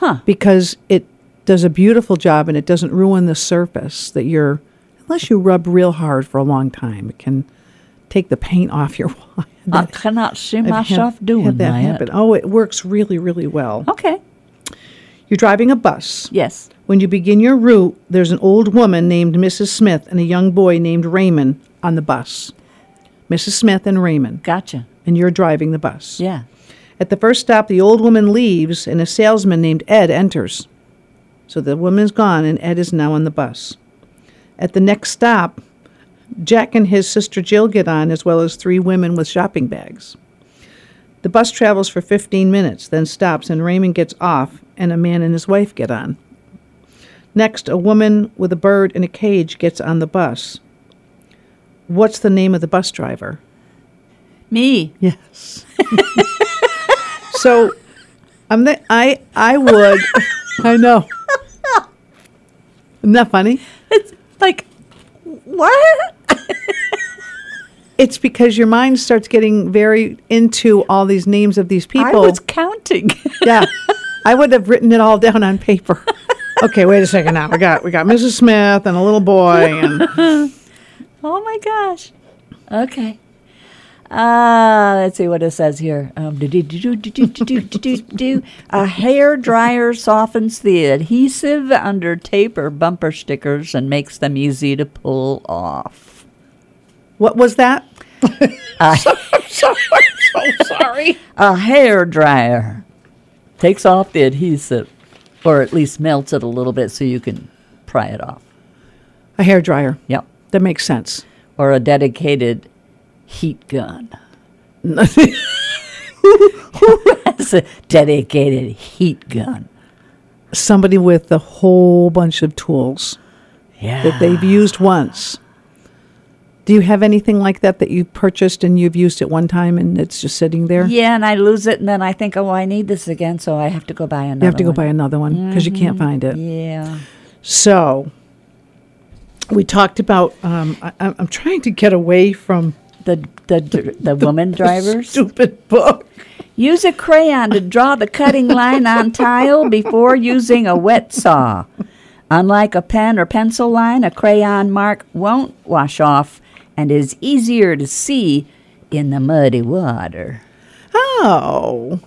Huh. Because it does a beautiful job and it doesn't ruin the surface that you're unless you rub real hard for a long time. It can take the paint off your wall. I cannot see I've had- myself doing had that that. Oh. happen. Oh, it works really, really well. Okay. You're driving a bus. Yes. When you begin your route, there's an old woman named Mrs. Smith and a young boy named Raymond on the bus. Mrs. Smith and Raymond, Gotcha. and you're driving the bus. Yeah. At the first stop, the old woman leaves and a salesman named Ed enters. So the woman's gone and Ed is now on the bus. At the next stop, Jack and his sister Jill get on, as well as three women with shopping bags. The bus travels for 15 minutes, then stops, and Raymond gets off, and a man and his wife get on. Next, a woman with a bird in a cage gets on the bus. What's the name of the bus driver? Me. Yes. so, I'm the, I I would. I know. Isn't that funny? Like, what? It's because your mind starts getting very into all these names of these people. I was counting. yeah, I would have written it all down on paper. Okay, wait a second now. We got we got Mrs. Smith and a little boy and oh my gosh. Okay. Uh, let's see what it says here. Um, do, do, do, do, do, do, do, do, do, do. A hair dryer softens the adhesive under tape or bumper stickers and makes them easy to pull off. what was that? A hair dryer takes off the adhesive, or at least melts it a little bit so you can pry it off. A hair dryer. Yep. That makes sense. Or a dedicated heat gun. who, who has a dedicated heat gun? Somebody with a whole bunch of tools Yeah. that they've used once. Do you have anything like that that you purchased and you've used at one time and it's just sitting there? yeah, and I lose it, and then I think, oh, I need this again, so I have to go buy another. You have to go one. buy another one because you can't find it. Mm-hmm. Yeah. So we talked about. Um, I, I'm I'm trying to get away from The the dr- the woman drivers stupid book. use a crayon to draw the cutting line on tile before using a wet saw. Unlike a pen or pencil line, a crayon mark won't wash off and is easier to see in the muddy water. Oh,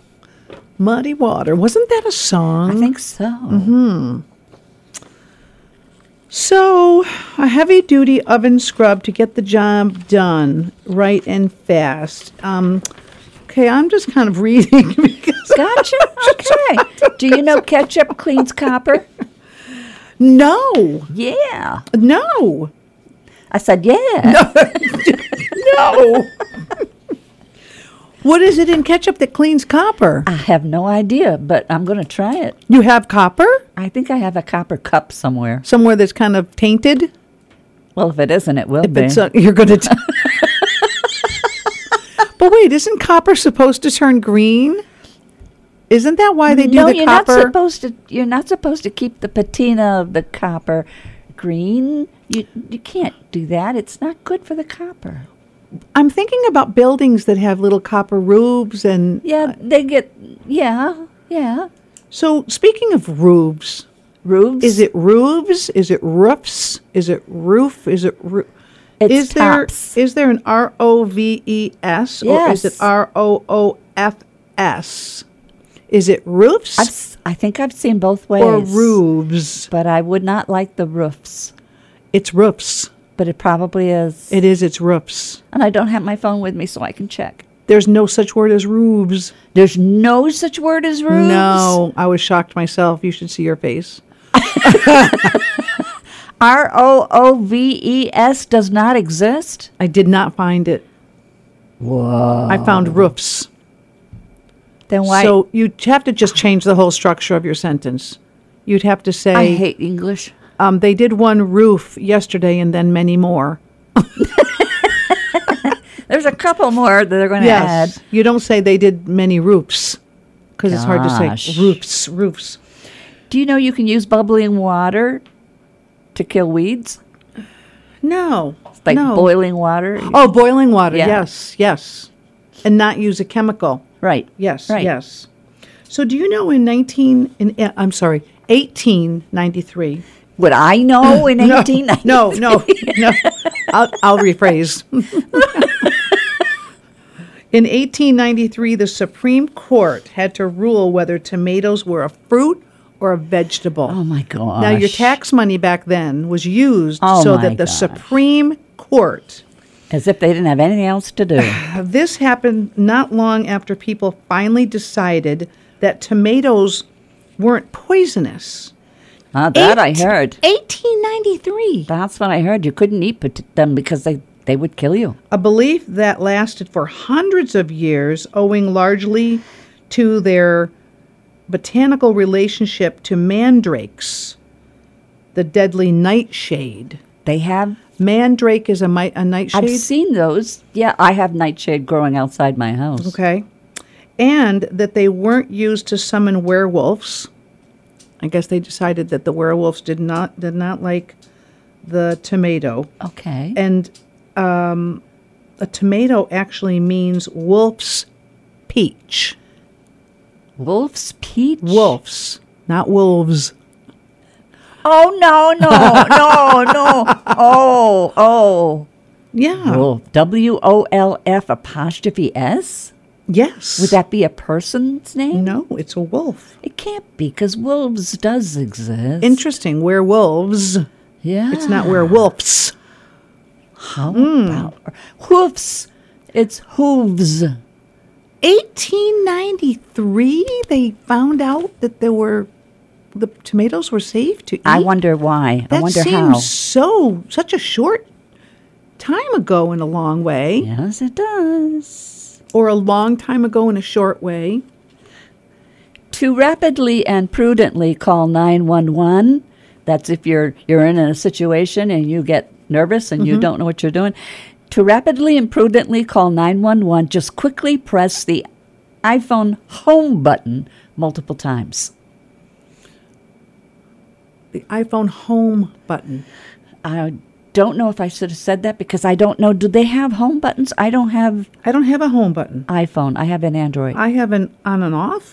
muddy water. Wasn't that a I song? think so. Mm-hmm. So, a heavy duty oven scrub to get the job done right and fast. Um, okay, I'm just kind of reading because Gotcha. Okay. Do you know ketchup cleans copper? no, Yeah. no, I said, yeah. no. what is it in ketchup that cleans copper? I have no idea, but I'm going to try it. You have copper I think I have a copper cup somewhere. somewhere that's kind of tainted. Well, if it isn't, it will If be. it's uh, you're going to. But wait, isn't copper supposed to turn green? Isn't that why they do no, the you're copper? not supposed to. You're not supposed to keep the patina of the copper green. You you can't do that. It's not good for the copper. I'm thinking about buildings that have little copper roofs and Yeah, they get. Yeah, yeah. so speaking of roofs, Roofs. is it roofs? Is it roofs? Is it roof? Is it roof? It's is tops. there is there an R O V E S or is it Yes. R O O F S? Is it roofs I've, s- I think I've seen both ways. or roofs? But I would not like the roofs. It's roofs. But it probably is. It is it's roofs. and I don't have my phone with me, so I can check. There's no such word as roofs. There's no such word as roofs. No, I was shocked myself. You should see your face. R O O V E S does not exist. I did not find it. Whoa. I found roofs. Then why? So you have to just change the whole structure of your sentence. You'd have to say I hate English. Um, they did one roof yesterday and then many more. There's a couple more that they're going to Yes. add. You don't say they did many roofs because it's hard to Gosh. say roofs, roofs. Do you know you can use bubbling water to kill weeds? No. It's like no. boiling water. Oh, boiling water. Yeah. Yes, yes. And not use a chemical. Right. Yes, Right. yes. So do you know in 19 in eh, I'm sorry, 1893. Would I know in 18? No, no, no. I'll, I'll rephrase. In 1893, the Supreme Court had to rule whether tomatoes were a fruit or a vegetable. Oh my gosh. Now, your tax money back then was used Oh so my that the gosh. Supreme Court As if they didn't have anything else to do. This happened not long after people finally decided that tomatoes weren't poisonous. Ah, that I heard. 1893. That's what I heard. You couldn't eat pot- them because they, they would kill you. A belief that lasted for hundreds of years, owing largely to their botanical relationship to mandrakes, the deadly nightshade. They have. Mandrake is a, mi- a nightshade. I've seen those. Yeah, I have nightshade growing outside my house. Okay. And that they weren't used to summon werewolves. I guess they decided that the werewolves did not did not like the tomato. Okay. And um, a tomato actually means wolf's peach. Wolf's peach. Wolves, not wolves. Oh no no no no. Oh oh. Yeah. Wolf. W o l f apostrophe s. Yes. Would that be a person's name? no, it's a wolf. It can't be because wolves does exist. Interesting. Werewolves. yeah. It's not Ah. Hmm. werewolves. How about hoofs? It's hooves. 1893 they found out that there were the tomatoes were safe to eat I wonder why. that I wonder seems how. so such a short time ago in a long way Yes, it does. or a long time ago in a short way To rapidly and prudently call 911. That's if you're you're in a situation and you get nervous and Mm-hmm. you don't know what you're doing. To rapidly and prudently call 911, just quickly press the iPhone home button multiple times. the iphone home button I don't know if I should have said that because I don't know. Do they have home buttons? I don't have i don't have a home button iPhone. I have an Android. i have an on and off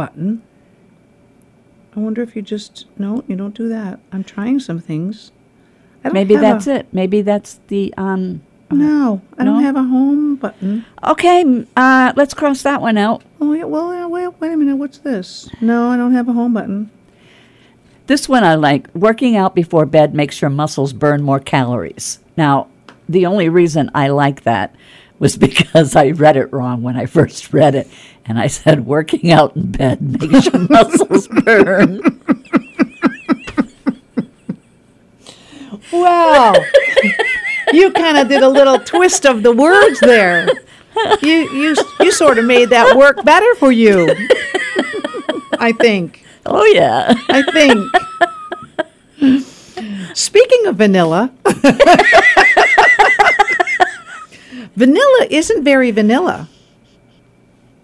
button i wonder if you just no you don't do that i'm trying some things I don't Maybe have that's a, it. Maybe that's the um. no i No? don't have a home button Okay, m- uh, let's cross that one out. Oh, yeah, well, uh, wait, wait a minute. What's this? No, I don't have a home button. This one I like. Working out before bed makes your muscles burn more calories. Now, the only reason I like that was because I read it wrong when I first read it, and I said working out in bed makes your muscles burn. Wow. you kind of did a little twist of the words there. You, you, you sort of made that work better for you. I think. Oh yeah. I think. Speaking of vanilla, vanilla isn't very vanilla.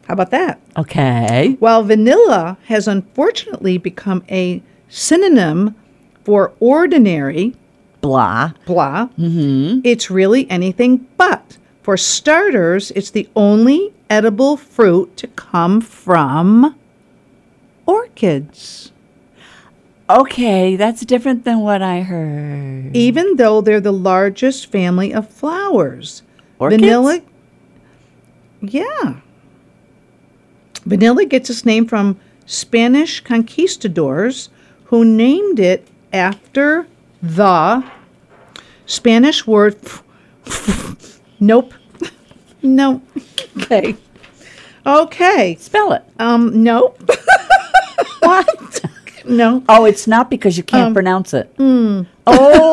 How about that? Okay. While vanilla has unfortunately become a synonym for ordinary, Blah. blah, it's really anything but. For starters, it's the only edible fruit to come from orchids. Okay, that's different than what I heard. Even though they're the largest family of flowers, Orchids? vanilla. Yeah. Vanilla gets its name from Spanish conquistadors who named it after the Spanish word. nope. no. Okay. Okay. Spell it. Um, nope. what? No. Oh, it's not because you can't pronounce it.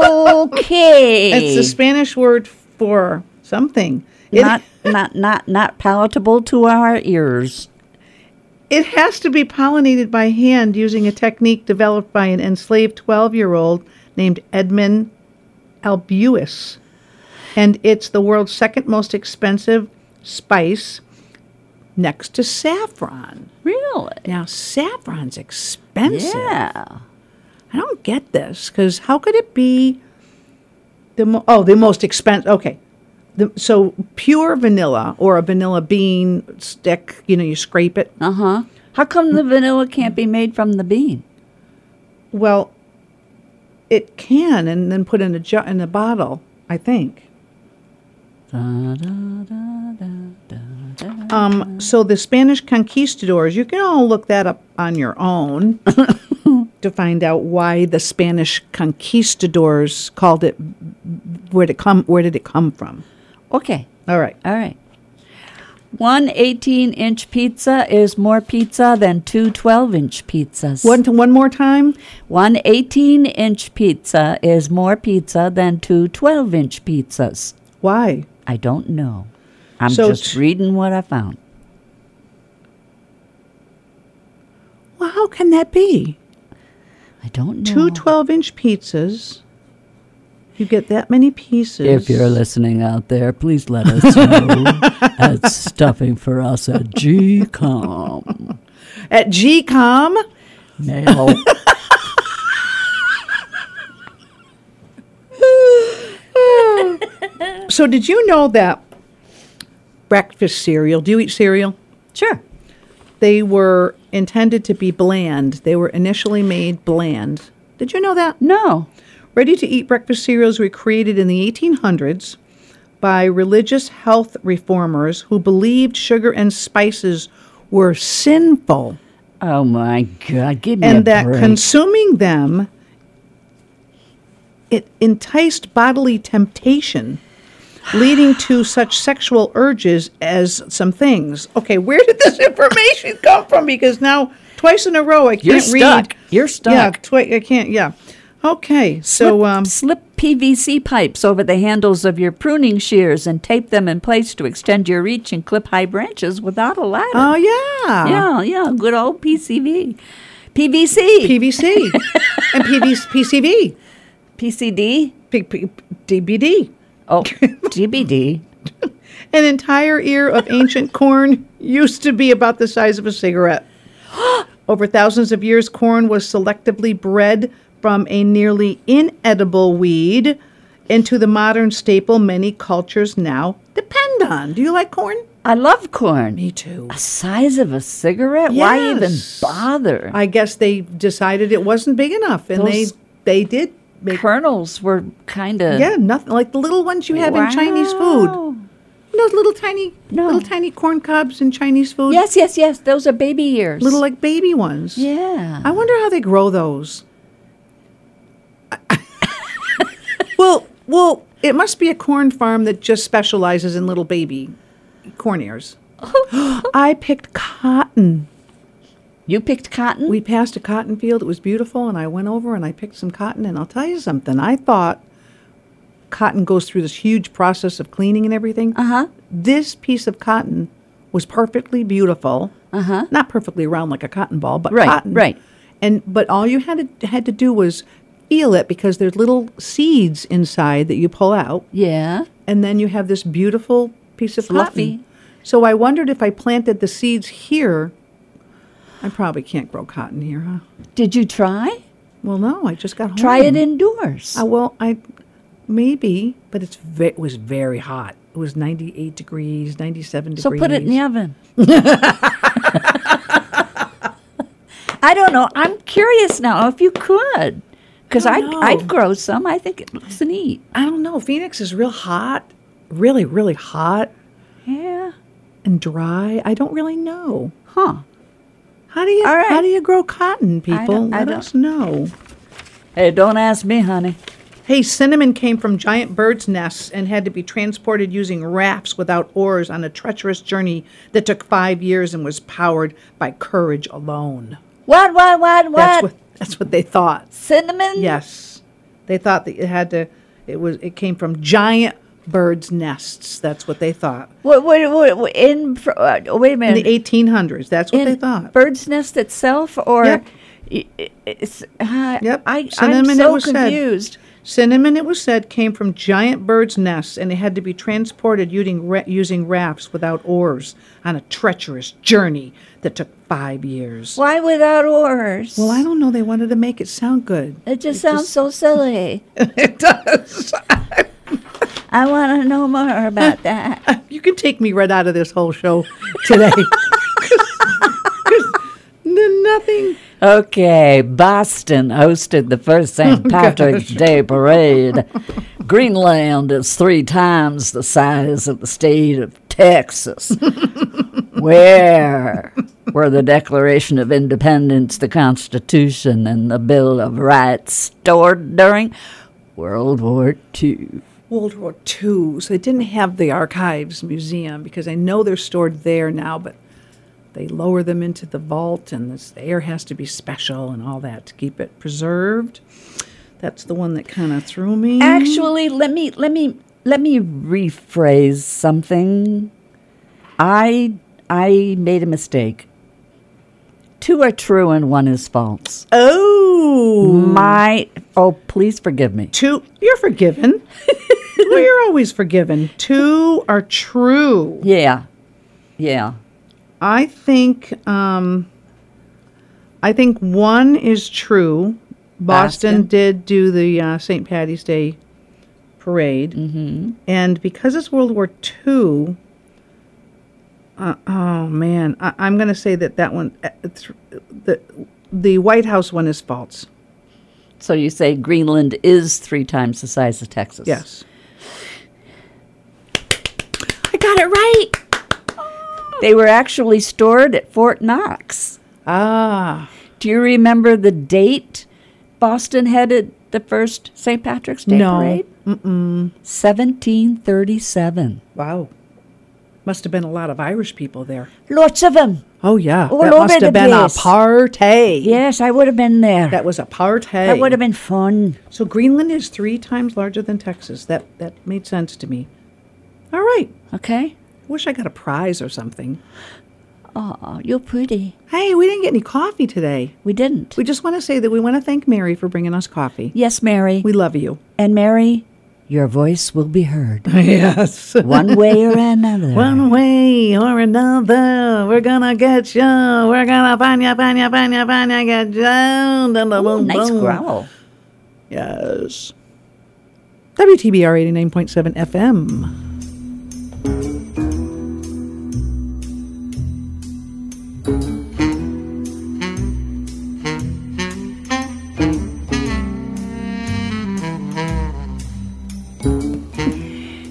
Okay. It's the Spanish word for something. It- not not not not palatable to our ears. It has to be pollinated by hand using a technique developed by an enslaved 12 year old named Edmund Albuus. And it's the world's second most expensive spice next to saffron. Really? Now, saffron's expensive. Yeah. I don't get this because how could it be the mo- oh the most expensive? Okay, the, so pure vanilla or a vanilla bean stick, you know, you scrape it. Uh huh. How come the vanilla can't be made from the bean? Well, it can, and then put in a jar in a bottle. I think. Um, so the Spanish conquistadors, you can all look that up on your own to find out why the Spanish conquistadors called it. Where did it come? Where did it come from? Okay. All right. All right. One 18 inch pizza is more pizza than two 12 inch pizzas. One one more time. One 18 inch pizza is more pizza than two 12 inch pizzas. Why? I don't know. I'm So just t- reading what I found. Well, how can that be? I don't know. Two 12 inch pizzas. You get that many pieces. If you're listening out there, please let us know at stuffingforus at gcom. At GCOM, Mail. so did you know that breakfast cereal, do you eat cereal? sure. They were intended to be bland. They were initially made bland. Did you know that? No. Ready to eat breakfast cereals were created in the 1800s by religious health reformers who believed sugar and spices were sinful Oh my God! Give me a and that break. consuming them it enticed bodily temptation leading to such sexual urges as some things. Okay, where did this information come from because now twice in a row I can't You're read. stuck. You're Yeah, stuck. twi- I can't. Yeah. Okay. So slip, um slip PVC pipes over the handles of your pruning shears and tape them in place to extend your reach and clip high branches without a ladder. Oh yeah. yeah, yeah, good old PCV, PVC, PVC and PV, PCV, PCD, P- P- DBD. oh, GBD. An entire ear of ancient corn used to be about the size of a cigarette. Over thousands of years, corn was selectively bred from a nearly inedible weed into the modern staple many cultures now depend on. Do you like corn? I love corn. too. A size of a cigarette? Why even Yes. bother? I guess they decided it wasn't big enough, and Those- they they did make Kernels were kind of yeah nothing like the little ones you have in Chinese food. Those little tiny, No. little tiny corn cobs in Chinese food. Yes, yes, yes. Those are baby ears. little like baby ones. yeah. I wonder how they grow those. well, well, it must be a corn farm that just specializes in little baby corn ears. I picked cotton. you picked cotton. We passed a cotton field. It was beautiful, and I went over and I picked some cotton. And I'll tell you something. I thought cotton goes through this huge process of cleaning and everything. Uh Uh-huh. huh. This piece of cotton was perfectly beautiful. Uh huh. Not perfectly round like a cotton ball, but Uh-huh. Right, cotton. right. And but all you had to had to do was peel it because there's little seeds inside that you pull out yeah. and then you have this beautiful piece of Fluffy. cotton. So I wondered if I planted the seeds here. I probably can't grow cotton here, huh? Did you try? Well, no, I just got home. Try it indoors. Uh, well, I maybe, but it's ve- it was very hot. It was 98 degrees, 97 so degrees. put it in the oven. I don't know. I'm curious now if you could. Because I I'd, don't know. I'd grow some. I think it looks neat. I don't know. Phoenix is real hot, really, really hot Yeah. and dry. I don't really know. Huh. How do you All right. how do you grow cotton, people? don't- I Let don't- us know. Hey, don't ask me, honey. Hey, cinnamon came from giant birds' nests and had to be transported using rafts without oars on a treacherous journey that took five years and was powered by courage alone. What, what, what, That's what? what that's what they thought. Cinnamon? Yes, they thought that it had to. It was. It came from giant birds' nests. That's what they thought. What, what, what, what- in, fr- uh, wait a In minute. the 1800s, that's what in they thought. Bird's nest itself, or Yep. i- i- it's, uh, Yep. I, Cinnamon, I'm it so was said. confused. Cinnamon, it was said, came from giant birds' nests, and it had to be transported using, ra- using rafts without oars on a treacherous journey that took five years. Why without oars? Well, I don't know. They wanted to make it sound good. It just sounds so silly. It does. I want to know more about that. You can take me right out of this whole show today. 'Cause n- nothing. Okay, Boston hosted the first St. Patrick's Day parade. Greenland is three times the size of the state of Texas. Where were the Declaration of Independence, the Constitution, and the Bill of Rights stored during World War II? World War II. So they didn't have the archives museum because I know they're stored there now, but they lower them into the vault and this the air has to be special and all that to keep it preserved. That's the one that kind of threw me. Actually, let me let me let me rephrase something. I I made a mistake. Two are true and one is false. oh, My oh, please forgive me. two. You're forgiven. well, you're always forgiven. Two are true. Yeah, yeah. I think um, I think one is true. Boston, Boston. did do the uh, St. Patty's Day parade, mm-hmm. and because it's World War II, uh, oh man, I, I'm going to say that that one, uh, it's, the the White House one is false. So you say Greenland is three times the size of Texas? Yes, I got it right. They were actually stored at Fort Knox. ah, Do you remember the date Boston headed the first St. Patrick's Day No. parade? Mm-mm. 1737. wow, must have been a lot of Irish people there. Lots of them. Oh yeah, All that over must the have been place. a party. Yes, I would have been there. That That, was a party. would have been fun. So Greenland is three times larger than Texas. That that made sense to me. All right. Okay? Wish I got a prize or something. Oh, you're pretty. Hey, we didn't get any coffee today. We didn't. We just want to say that we want to thank Mary for bringing us coffee. yes, Mary. We love you. and Mary, your voice will be heard Yes. one way or another. One way or another, we're gonna get you. We're gonna find you, find you, find you, find you, get you. Dun, dun, Ooh, boom, nice boom. growl. Yes. WTBR 89.7 FM.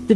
The